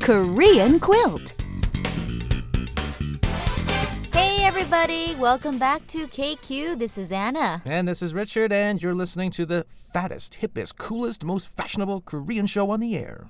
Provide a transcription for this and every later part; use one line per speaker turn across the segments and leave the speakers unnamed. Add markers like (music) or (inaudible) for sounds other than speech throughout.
Korean quilt.
Hey everybody, welcome back to KQ. This is Anna.
And this is Richard, and you're listening to the fattest, hippest, coolest, most fashionable Korean show on the air.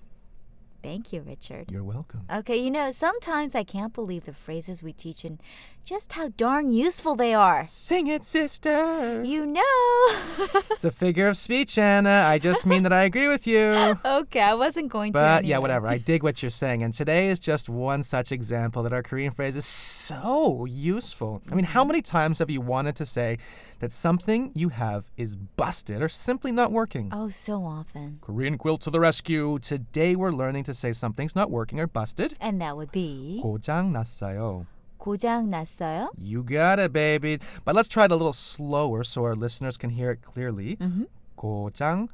Thank you, Richard.
You're welcome.
Okay, you know, sometimes I can't believe the phrases we teach and just how darn useful they are.
Sing
(laughs)
it, sister.
You know. (laughs)
It's a figure of speech, Anna. I just mean that I agree with you.
okay, I wasn't going to.
But yeah,
anyway.
whatever. I dig what you're saying. And today is just one such example that our Korean phrase is so useful. I mean, how many times have you wanted to say that something you have is busted or simply not working?
Oh, so often.
Korean quilt to the rescue. Today we're learning to say something's not working or busted.
And that would be
고장났어요.
고장 났어요?
You got it, baby. But let's try it a little slower so our listeners can hear it clearly. 고장났어요.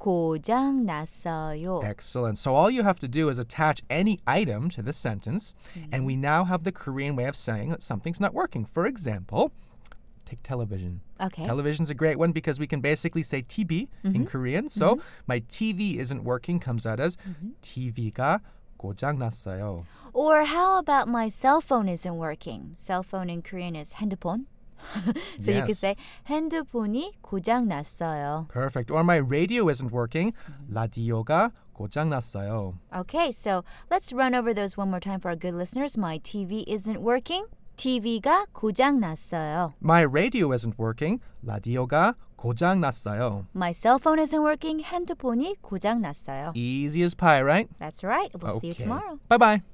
고장 났어요.
Excellent. So all you have to do is attach any item to this sentence, and we now have the Korean way of saying that something's not working. For example, take television.
Okay.
Television's a great one because we can basically say TV in Korean. So my TV isn't working comes out as TV가 고장났어요.
Or how about my cell phone isn't working? Cell phone in Korean is 핸드폰. (laughs) so you could
Yes.
say 핸드폰이 고장 났어요.
Perfect. Or my radio isn't working.
Mm-hmm.
라디오가 고장났어요.
Okay, so let's run over those one more time for our good listeners. My TV isn't working. TV가 고장 났어요.
My radio isn't working. 라디오가 고장났어요.
My cell phone isn't working. 핸드폰이 고장 났어요.
Easy as pie, right?
That's right. We'll see you
Okay.
tomorrow.
Bye-bye.